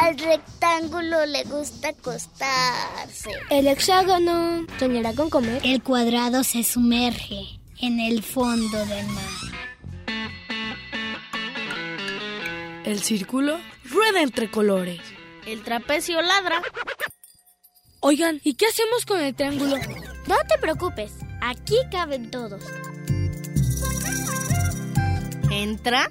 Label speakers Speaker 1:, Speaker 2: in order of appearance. Speaker 1: Al rectángulo le gusta acostarse.
Speaker 2: El hexágono soñará con comer.
Speaker 3: El cuadrado se sumerge en el fondo del mar.
Speaker 4: El círculo rueda entre colores.
Speaker 5: El trapecio ladra.
Speaker 4: Oigan, ¿y qué hacemos con el triángulo?
Speaker 5: No te preocupes, aquí caben todos.
Speaker 6: Entra